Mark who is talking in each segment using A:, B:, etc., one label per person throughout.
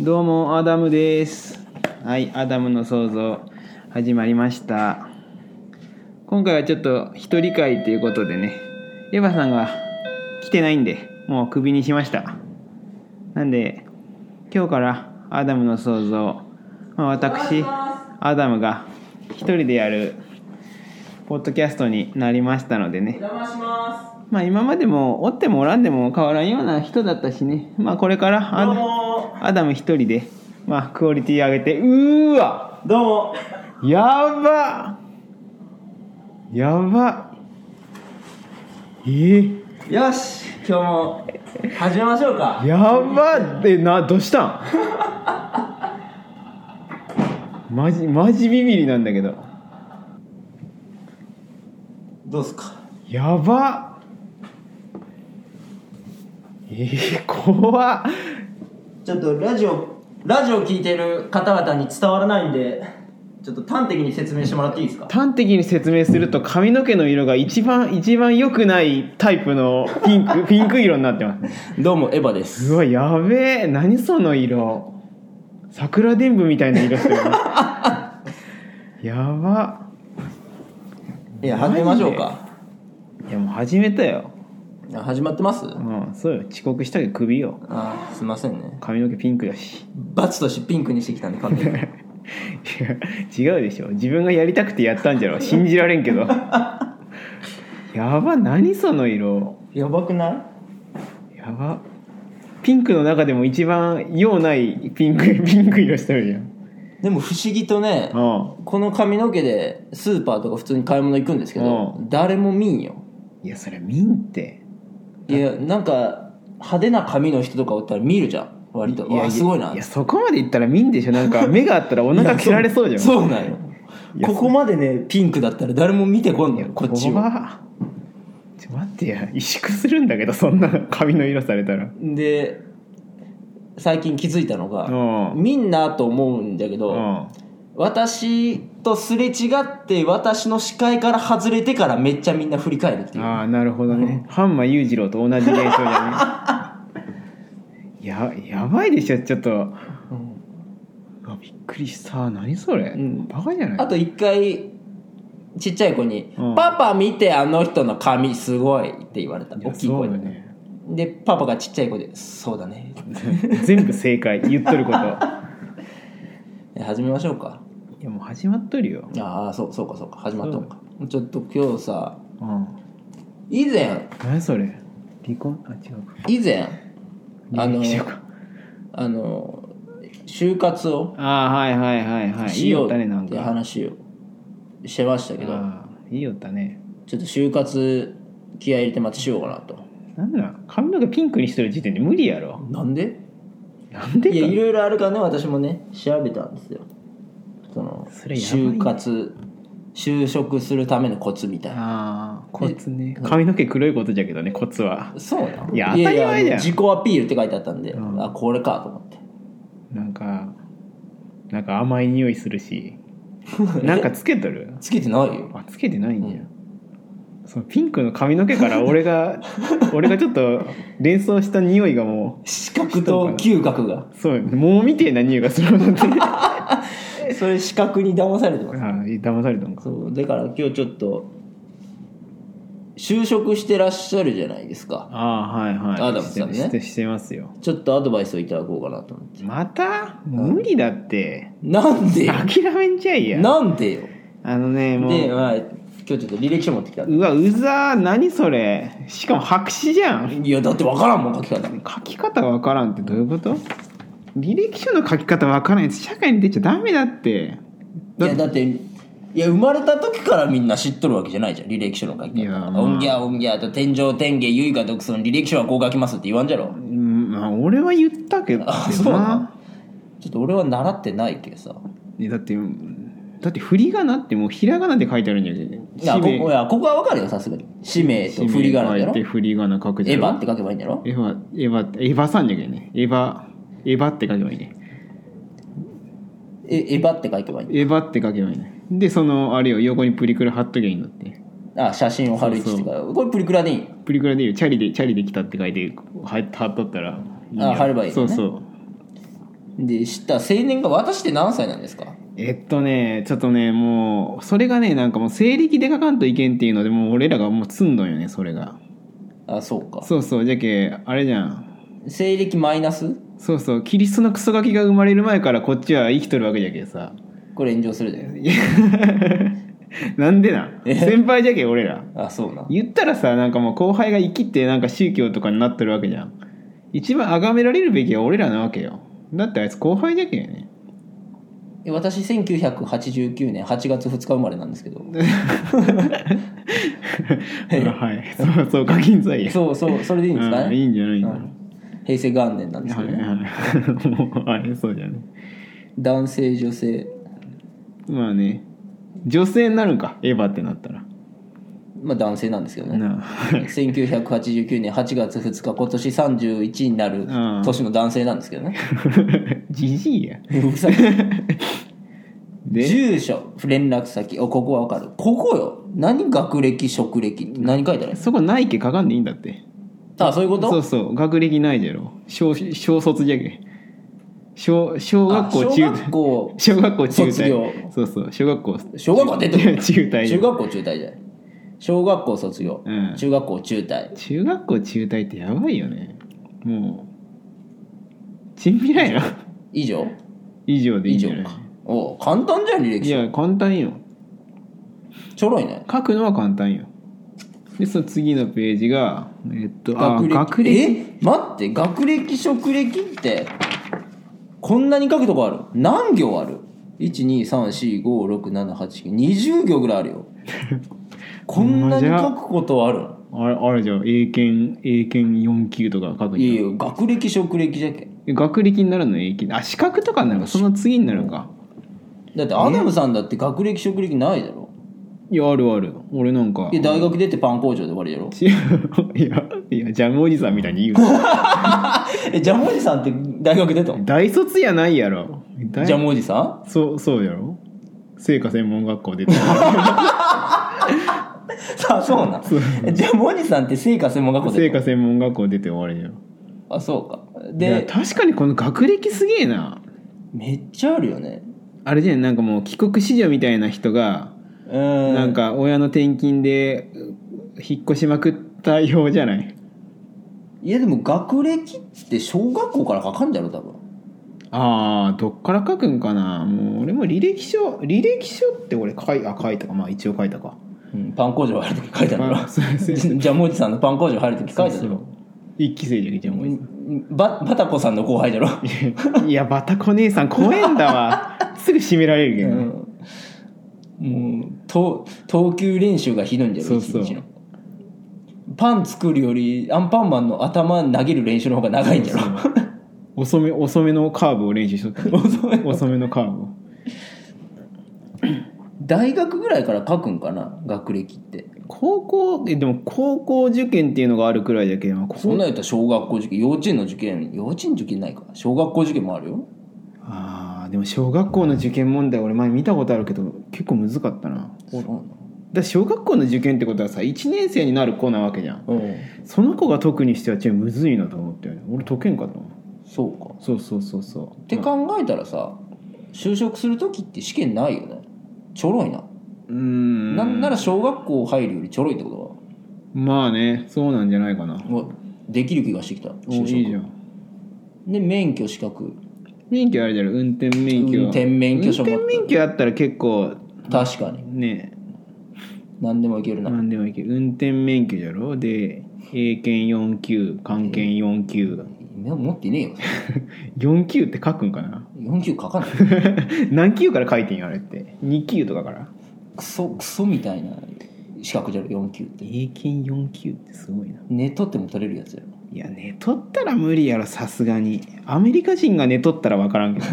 A: どうもアダムですはいアダムの創造始まりました今回はちょっと一人会ということでねエヴァさんが来てないんでもうクビにしましたなんで今日からアダムの創造、まあ、私アダムが一人でやるポッドキャストになりましたのでね
B: 邪魔しま
A: まあ今までもおってもおらんでも変わらんような人だったしねまあこれから
B: す。
A: ア
B: ど
A: ダ
B: うも
A: アダム一人でまあクオリティ上げてうーわ
B: どうも
A: やばやばえー、
B: よし今日も始めましょうか。
A: やばってなどうしたんマジマジビビりなんだけど
B: どうすか。
A: やばえー、怖っ
B: ちょっとラジオラジオ聞いてる方々に伝わらないんで、ちょっと端的に説明してもらっていいですか。
A: 端的に説明すると髪の毛の色が一番一番良くないタイプのピンクピンク色になってます
B: どうもエヴァです。
A: うわやべえ何その色桜伝舞みたいな 色してるやば
B: いや始めましょうか。
A: いやもう始めたよ
B: あ始まってます。
A: うんそうよ遅刻したけど首よ
B: あすいませんね。
A: 髪の毛ピンクだ し
B: バツとしてピンクにしてきたんで完璧に。
A: いや違うでしょ自分がやりたくてやったんじゃろ信じられんけどやば何その色
B: やばくない？
A: やばピンクの中でも一番用ないピンクピンク色してるじゃん
B: でも不思議とね、
A: う
B: この髪の毛でスーパーとか普通に買い物行くんですけど
A: う、
B: 誰も見んよ。
A: んいやそれミンって
B: いやなんか派手な髪の人とかおったら見るじゃん割とわあ
A: や
B: すごいない
A: やそこまでいったらミンでしょなん か目があったらお腹切られそうじゃん
B: そうそうなんよ
A: いや
B: ここまでねピンクだったら誰も見てこんのよこっちを
A: 怖ちょ待ってや萎縮するんだけどそんな髪の色されたら
B: で最近気づいたのが
A: うん
B: みんなと思うんだけ
A: う
B: ど
A: ん
B: 私とすれ違って私の視界から外れてからめっちゃみんな振り返るっていう
A: ああなるほどね 半馬裕次郎と同じ現象だね ややばいでしょちょっと、あびっくりした何それ、
B: ん
A: バカじゃない
B: あと一回ちっちゃい子に
A: うん
B: 「パパ見てあの人の髪すごい」って言われた
A: いや
B: 大きい声
A: そうだ
B: で
A: ね
B: でパパがちっちゃい子で「そうだね」
A: 全部正解言っとることい
B: え始めましょうか
A: やもう始まっとるよ、
B: ああそうそうかそうか始まったのかちょっと今日さ
A: うん、
B: 以前
A: 何それ離婚あ違うか
B: 以前あ
A: 履
B: の
A: 歴書か
B: あの就活を
A: あーはいはいはいはいい
B: し
A: い
B: よ
A: よっ
B: う
A: たねな
B: っ
A: ん
B: て
A: か
B: 話をしてましたけど
A: あーいいよったね
B: ちょっと就活気合い入れてまたしようかなと
A: なんなん髪の毛ピンクにしてる時点で無理やろ
B: なんで
A: なんで
B: いやい
A: か
B: ろいろあるからね私もね調べたんですよその
A: それやばいね
B: 就活就職するためのコツみたいな
A: ああコツね髪の毛黒いことじゃけどねコツは
B: そうなん
A: いや当たり前じゃん
B: いやいや自己アピールって書いてあったんで、
A: うん
B: あこれかと思って
A: なんかなんか甘い匂いする しなんかつけとる
B: つけてないよ
A: あつけてないんだよ、そのピンクの髪の毛から俺 が俺がちょっと連想した匂いがも
B: 視覚と嗅覚が
A: うそうもうみてえな匂いがするので あ
B: それ視覚に騙されてます
A: 騙されたんか
B: そうだから今日ちょっと就職してらっしゃるじゃないですか
A: ああはいはい
B: アダムさんね
A: してしてしてますよ
B: ちょっとアドバイスをいただこうかなと思って
A: また無理だって
B: なんでよ
A: 諦めんちゃいや
B: なんでよ
A: あのねもう
B: で、まあ、今日ちょっと履歴書持ってきたいう
A: わうざー何それしかも白紙じゃん
B: やだって分からんもん書き方
A: 書き方わからんってどういうこと履歴書の書き方わからんやつ社会に出ちゃダメだって
B: いやだっていや生まれた時からみんな知っとるわけじゃないじゃん履歴書の書
A: い
B: き
A: やま
B: 方
A: あ
B: オンギャーオンギャーと天井天下唯我独尊履歴書はこう書きますって言わんじゃろ
A: うんまあ俺は言ったけど
B: あそうなちょっと俺は習ってないけどさ
A: ねだってだって振り仮名ってもうひらがなで書いてあるんじゃん
B: いやここいやここは分かるよさすがに氏名と振り仮名だ
A: 書い
B: ろ
A: て振り仮名書くじゃ
B: エ
A: ん
B: ヴァって書けばいいんだろ
A: エヴァエヴァエヴァさんじゃけんねエヴァエヴァって書けばいいね
B: えエヴァって書けばいいんだ
A: エヴァって書けばいいねでそのあれを横にプリクラ貼っときゃいいんだって
B: あ写真を貼る位置ってかこれプリクラでいい
A: プリクラで言うチャリでチャリで来たって書いて貼っ貼っとったらいいんや
B: あ貼ればいいのね
A: そうそう
B: で知った青年が私って何歳なんですか
A: えっとねちょっとねもうそれがねなんかもう西暦で書かんといけんっていうのでもう俺らがもう積んどんよねそれが
B: あそうか
A: そうそうじゃけあれじゃん
B: 西暦マイナス
A: そうそうキリストのクソガキが生まれる前からこっちは生きとるわけじゃけさ
B: これ炎上するだよね
A: いやなんでなん
B: え
A: 先輩じゃけ俺ら
B: あそうな
A: 言ったらさなんかもう後輩が生きてなんか宗教とかになってるわけじゃん一番崇められるべきは俺らなわけよだってあいつ後輩じゃけんね
B: え私1989年8月2日生まれなんですけど
A: はいそうそう課金罪や
B: そうそうそれでいいんですか
A: うん
B: ね
A: いいんじゃないいいんじゃ
B: う
A: ない
B: ん平成元年なんですけ
A: は
B: ど
A: い
B: ね、
A: はい もうあれそうじゃね
B: 男性女性
A: まあね女性になるんかエヴァってなったら
B: まあ男性なんですけどね
A: なあ
B: 1989年8月2日今年31にな
A: う
B: る
A: ん
B: 年の男性なんですけど ね
A: じじいや
B: うるさい
A: で
B: 住所連絡先おここはわかるここよ何学歴職歴って何書いてあるんです
A: そこないけ書かんでいいんだって
B: あそういうこと
A: そうそう学歴ないじゃろ小小卒じゃけ小小学校
B: あ
A: 中
B: 小学校
A: 小学校中退
B: 卒業
A: そうそう小学校
B: 小学校出てる
A: 中退
B: 中学校中退じゃない小学校卒業、
A: うん
B: 中学校中退
A: 中学校中退ってやばいよねもうチンピラやな
B: 以上
A: 以上でいい
B: 以
A: んじ
B: 上
A: ゃない
B: かおう簡単じゃん履歴
A: い
B: 書
A: や簡単よ
B: ちょろいね
A: 書くのは簡単よでその次のページがえっとあ学歴
B: え待って学歴職歴ってこんなに書くとこある何行ある ?12345678920行ぐらいあ るよこんなに書くことある
A: あれあれじゃん英検英検4級とか書くん
B: い
A: じ
B: やいや学歴職歴じゃけ
A: ゃん学歴になるの英検あ資格とかになるのその次になるのか
B: だってアダムさんだって学歴職歴ないだろ
A: いやあるある俺なんか
B: で大学出てパン工場で終わり だろ
A: いやいやジャムおじさんみたいに言うな
B: えジャムおじさんって大学出たの
A: 大卒やないやろ大
B: ジャムおじさん
A: そうそうやろ聖火専門学校出て
B: さあそうなんえジャムおじさんって聖火専門学校
A: 聖
B: で
A: 火専門学校出て終わりやろ
B: あそうか
A: いや
B: で
A: 確かにこの学歴すげえな
B: めっちゃあるよね
A: あれじゃんなんかもう帰国子女みたいな人が、
B: うん
A: なんか親の転勤で引っ越しまくったようじゃない
B: いやでも学歴って小学校から書かんじゃろ多分
A: あーどっから書くんかなもう俺も履歴書履歴書って俺書いあ書いたかまあ一応書いたか
B: うんパン工場入る時書いたんだ
A: あそう
B: ろジャ ムおじさんのパン工場入る時書いたんだろ
A: 一期生じゃけじゃんもう
B: ババタコさんの後輩だろ
A: いやバタコ姉さん怖えんだわすぐ締められるけど、ね
B: もうと投球練習がひどいんだよ
A: そう
B: 一
A: そう
B: 日のパン作るよりアンパンマンの頭投げる練習の方が長いんだろ
A: 遅め遅めのカーブを練習しとった
B: 遅め
A: 遅めのカーブを
B: 大学ぐらいから書くんかな学歴って
A: 高校えでも高校受験っていうのがあるくらいだけど
B: そんなんやったら小学校受験幼稚園の受験幼稚園受験ないか小学校受験もあるよ
A: あーでも小学校の受験問題俺前見たことあるけど結構むずかったな
B: そうな
A: だ小学校の受験ってことはさ1年生になる子なわけじゃん
B: のうん
A: その子が特にしてはちょっとむずいなと思って俺解けんかったもん
B: そうか
A: そうそうそうそう
B: って考えたらさ就職する時って試験ないよねちょろいな、
A: うーん
B: なんなら小学校入るよりちょろいってこ
A: まあねそうなんじゃないかな
B: とはもうできる気がしてき
A: お
B: た就
A: い
B: 職
A: いじゃん
B: で免許資格
A: 免許あれじゃろ運転免許
B: 運転免許証持
A: 運
B: って
A: 転免許あったら結構
B: 確かに
A: ね
B: 何でもいけるな、
A: 何でもいける運転免許じゃろで英検4級漢検4級
B: いや持ってねえよ
A: 4級って書くんかな
B: 4級書かない
A: 何級から書いてんよあれって2級とかから
B: クソクソみたいな資格じゃろ4級って
A: 英検4級ってすごいな
B: ネットっても取れるやつやろ
A: いや寝とったら無理やろさすがにアメリカ人が寝とったら分からんけ ど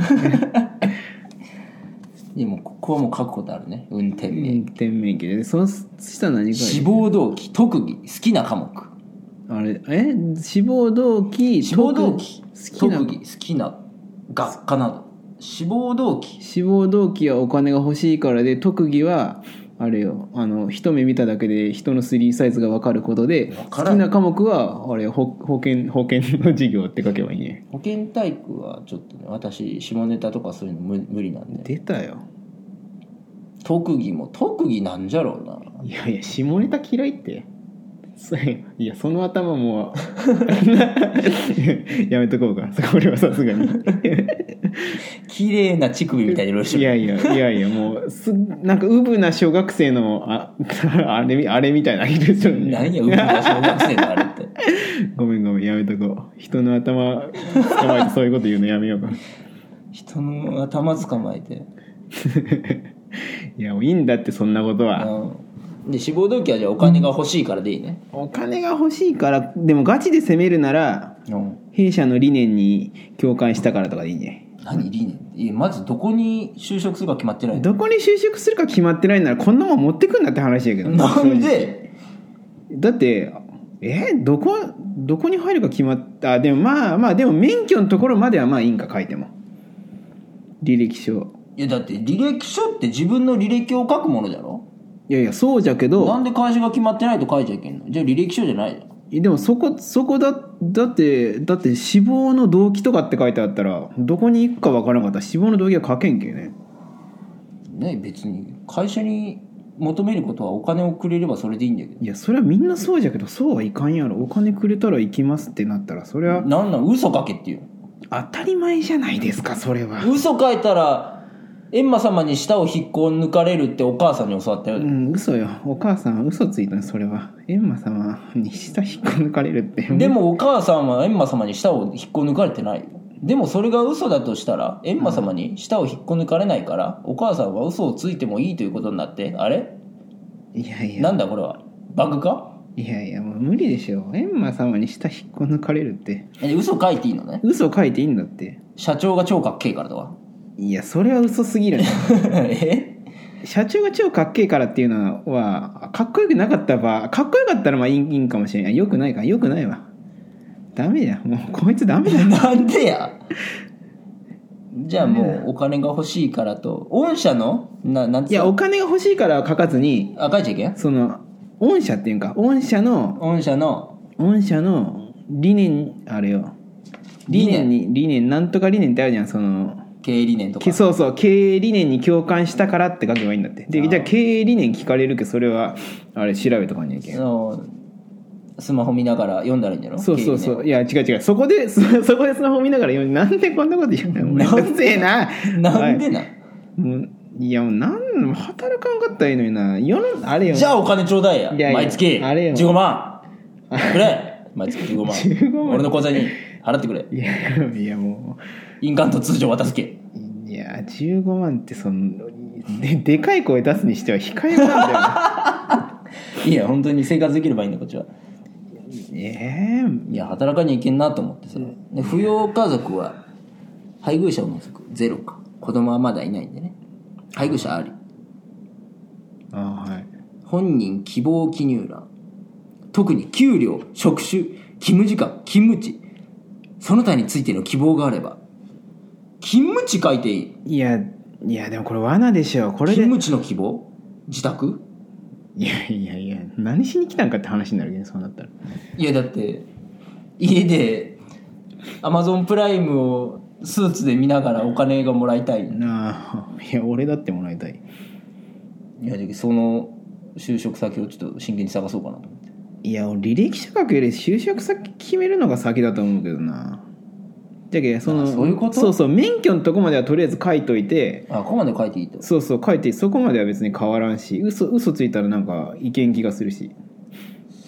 B: いやもうここはもう書くことあるね運転免許、
A: 運転免許でそうしたら何か
B: 志望動機特技好きな科目
A: あれえ志望動機
B: 志望動機
A: 特
B: 特
A: 技好きな
B: 技好きな学科など志望動機
A: 志望動機はお金が欲しいからで特技はああれよあの一目見ただけで人のスリーサイズが分かることで
B: わか
A: 好
B: ら
A: き
B: ん
A: な科目はあれ保保険保険の授業って書けばいいね
B: 保健体育はちょっとね私下ネタとかそういうの無無理なんで
A: 出たよ
B: 特技も特技なんじゃろうない
A: やいや下ネタ嫌いってそいやその頭もう やめとこうかそこ俺はさすが に
B: 綺麗な乳首みたいに色
A: い
B: してる
A: やいやいやいやもうすなんかウブな小学生のあ あれあれみたいな色ですよね
B: 何やうぶな小学生のあれって
A: ごめんごめんやめとこう人の頭捕まえてそういうこと言うのやめようか
B: 人の頭捕まえて、
A: いやもういいんだってそんなことは、
B: うん、で志望動機はじゃあお金が欲しいからでいいね
A: お金が欲しいからでもガチで攻めるなら
B: うん
A: 弊社の理念に共感したからとかでいいんじゃない
B: 何理念っていやまずどこに就職するか決まってない
A: どこに就職するか決まってないならこんなもん持ってくんなって話やけど
B: なんで
A: だってえどこどこに入るか決まったあでもまあまあでも免許のところまではまあいいんか書いても履歴書
B: いやだって履歴書って自分の履歴を書くものじゃろ
A: いやいやそうじゃけど
B: なんで会社が決まってないと書いちゃいけんのじゃあ履歴書じゃないじゃん
A: えでもそこそこだだってだって死亡の動機とかって書いてあったらどこに行くか分からなかったら死亡の動機は書けんけね
B: ね別に会社に求めることはお金をくれればそれでいいんだけ
A: いやそれはみんなそうじゃけどそうはいかんやろお金くれたら行きますってなったらそれ
B: ど
A: は
B: なんなん嘘書けっていう
A: 当たり前じゃないですかそれは、
B: 嘘書いたらエンマ様に舌を引っこ抜かれるってお母さんに教わったよ、
A: うん嘘よお母さんは嘘ついたねそれはエンマ様に下引っこ抜かれるって
B: でもお母さんはエンマ様に舌を引っこ抜かれてないよでもそれが嘘だとしたらエンマ様に舌を引っこ抜かれないから、お母さんは嘘をついてもいいということになってあれ
A: いやいや
B: なんだこれはバグか
A: いやいやもう無理でしょエンマ様に下引っこ抜かれるって
B: え嘘書いていいのね
A: 嘘書いていいんだって
B: 社長が超かっけえからとか
A: いやそれは嘘すぎるね
B: え
A: 社長が超かっけえからっていうのはかっこよくなかった場合かっこよかったらまあいいいいんかもしれないよくないかよくないわダメだもうこいつダメだ
B: なんでやじゃあもうお金が欲しいからと御社のななんつ
A: いやお金が欲しいからは書かずに
B: あ書いちゃいけん
A: その御社っていうか御社の
B: 御社の
A: 御社の理念あれよ理
B: 理
A: 念
B: 念
A: に理念なんとか理念ってあるじゃんその
B: 経営理念とか
A: けそうそう経営理念に共感したからって書けばいいんだってでじゃあ経営理念聞かれるけどそれはあれ調べとかにゃいけん
B: のスマホ見ながら読んだらいいんだろ
A: そうそうそ
B: 経
A: う。いや、違う違う。そこで、そそこでスマホ見ながら読んで、なんでこんなこと言うの
B: なん
A: うるせえな。
B: 理念なんでな、
A: もういや、もうなん、働かんかったらいいのにな。世の、あれよ。
B: じゃあお金ちょうだいや
A: いやいや
B: 毎月
A: あれよ
B: 15万くれ毎月15万
A: 15万
B: 俺の口座に払ってくれ
A: いや、いやも
B: 印鑑と通帳渡すけ
A: う、いや、15万って、その、で、でかい声出すにしては控えめなんだよ な。
B: いや本当に生活できればいいんだこっちは
A: え
B: いや働かにゃいけんなと思ってさで扶養家族は配偶者を除くゼロか子供はまだいないんでね配偶者あり
A: えあはい。
B: 本人希望記入欄特に給料職種勤務時間勤務地その他についての希望があれば勤務地書いていい
A: いや、いや、でもこれ罠でしょ。これで。
B: 勤務地の希望自宅
A: いやいやいや、何しに来たんかって話になるけど、そうなったら。
B: いやだって家でアマゾンプライムをスーツで見ながらお金がもらいたいい
A: なあ、いや、俺だってもらいたい。
B: やじゃあその就職先をちょっと真剣に探そうかなと思って
A: いや俺履歴書書くより就職先決めるのが先だと思うけどなじゃけその
B: あそういうこと
A: そうそう免許のとこまではとりあえず書いといて
B: あここまで書いていいと
A: そうそう書いてそこまでは別に変わらんし嘘嘘ついたらなんかいけん気がするし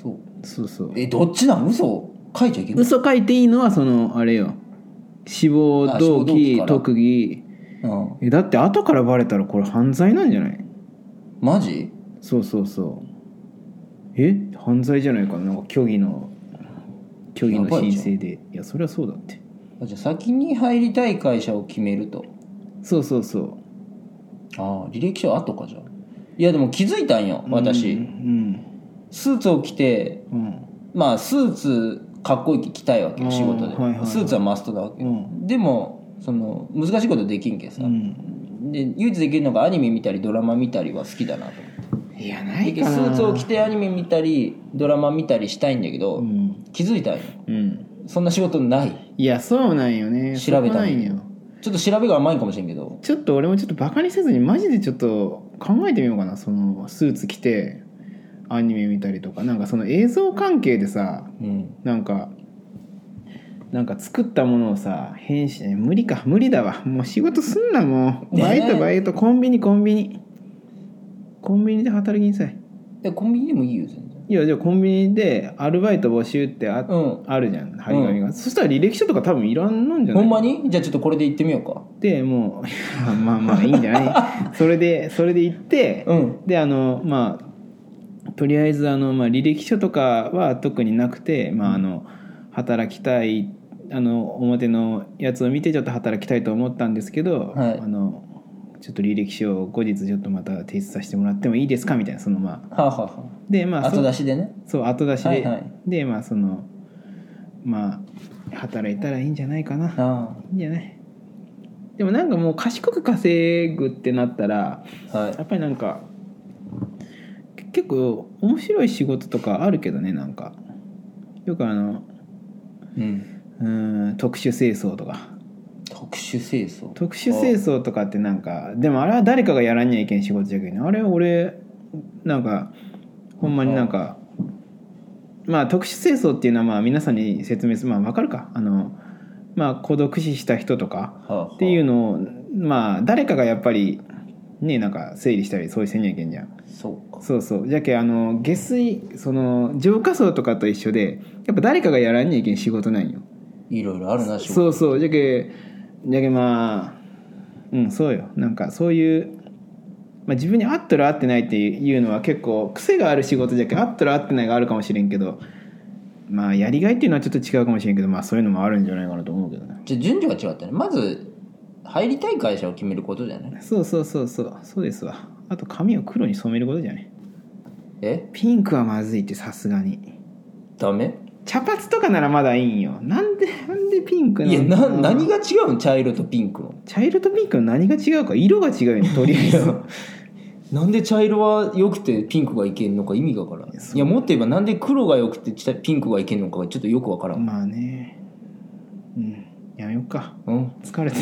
B: そう
A: そうそう
B: えどっちなん嘘書いちゃいけない
A: 嘘書いていいのはそのあれよ志望
B: あ
A: 動
B: 志望動機
A: 機
B: から
A: 特技
B: うん
A: えだって後からバレたらこれ犯罪なんじゃない
B: マジ
A: そうそうそうえ犯罪じゃないかななんか虚偽の虚偽の
B: やば
A: 申
B: いじゃん
A: 請でいやそれはそうだって
B: あじゃあ先に入りたい会社を決めると
A: そうそうそう
B: ああ履歴書後かじゃあいやでも気づいたんよ私、
A: うん
B: スーツを着て
A: うん
B: まあスーツかっこいい着着たいわけよ
A: うん
B: 仕事で、
A: はいはいはい
B: スーツはマストだわけよ、
A: うん
B: でもその難しいことできんけさ、
A: うん
B: で唯一できるのがアニメ見たりドラマ見たりは好きだなと思って
A: いや
B: ス
A: ないかな
B: ーツを着てアニメ見たりドラマ見たりしたいんだけど、
A: うん、
B: 気づいたんよ
A: うん、
B: そんな仕事ない
A: いやそうなんよね
B: 調べた
A: そこな
B: の
A: んよ
B: ちょっと調べが甘いかもしれんけど
A: ちょっと俺もちょっとバカにせずにマジでちょっと考えてみようかなそのスーツ着てアニメ見たりとかなんかその映像関係でさ
B: うん
A: なんかなんか作ったものをさ編集無理か無理だわもう仕事すんなもう
B: ねえ
A: バイトバイトコンビニコンビニコンビニで働きにさい
B: でコンビニでもいいよ全然
A: いやじゃあコンビニでアルバイト募集ってあ,、
B: うん
A: あるじゃん張り紙が、そしたら履歴書とか多分いらんのんじゃな
B: ほ
A: い
B: んまにじゃあちょっとこれで行ってみようか
A: でもういやまあまあいいんじゃない それでそれで行って、
B: うん
A: であのまあとりあえずあの、まあ、履歴書とかは特になくて、まあ、あの働きたいあの表のやつを見てちょっと働きたいと思ったんですけど、
B: はい
A: あのちょっと履歴書を後日ちょっとまた提出させてもらってもいいですかみたいなそのまあ
B: はあ、はあは
A: でま
B: あ、
A: あそ
B: 後出しでね
A: そう後出しで、
B: はいはい
A: でまあそのまあ働いたらいいんじゃないかな、
B: あ
A: いいんじゃないでもなんかもう賢く稼ぐってなったら
B: あはい
A: やっぱりなんかけ結構面白い仕事とかあるけどねなんかよくあの
B: うん、
A: うーん特殊清掃とか
B: 特殊清掃
A: 特殊清掃とかってなんかでもあれは誰かがやらんにゃいけん仕事じゃけどねあれ俺なんかほんまになんかまあ特殊清掃っていうのはまあ皆さんに説明するまあわかるかあのまあ孤独死した人とか
B: はあはあ
A: っていうのをまあ誰かがやっぱりねなんか整理したりそういうせんにゃいけんじゃん
B: そうか
A: そうそうじゃけあの下水その浄化槽とかと一緒でやっぱ誰かがやらんにゃいけん仕事なんよ
B: いろいろあるな仕事
A: そうそうじゃけじゃけまあうんそうよなんかそういう、まあ、自分に合っとる合ってないっていうのは結構癖がある仕事じゃけ合っとる合ってないがあるかもしれんけどまあやりがいっていうのはちょっと違うかもしれんけどまあそういうのもあるんじゃないかなと思うけどね
B: じゃあ順序が違ったねまず入りたい会社を決めることじゃない
A: そうそうそうそうそうですわあと髪を黒に染めることじゃね
B: え
A: ピンクはまずいってさすがに
B: ダメ
A: 茶髪とかならまだいいんよなんでなんでピンク
B: いや
A: の
B: な何が違うん茶色とピンクの
A: 茶色とピンクの何が違うか色が違うよねとりあえず
B: なんで茶色は良くてピンクがいけんのか意味がわからんいやもっと言えばなんで黒が良くて茶ピンクがいけんのかがちょっとよくわからん、
A: まあねうんやめようか
B: うん、
A: 疲れて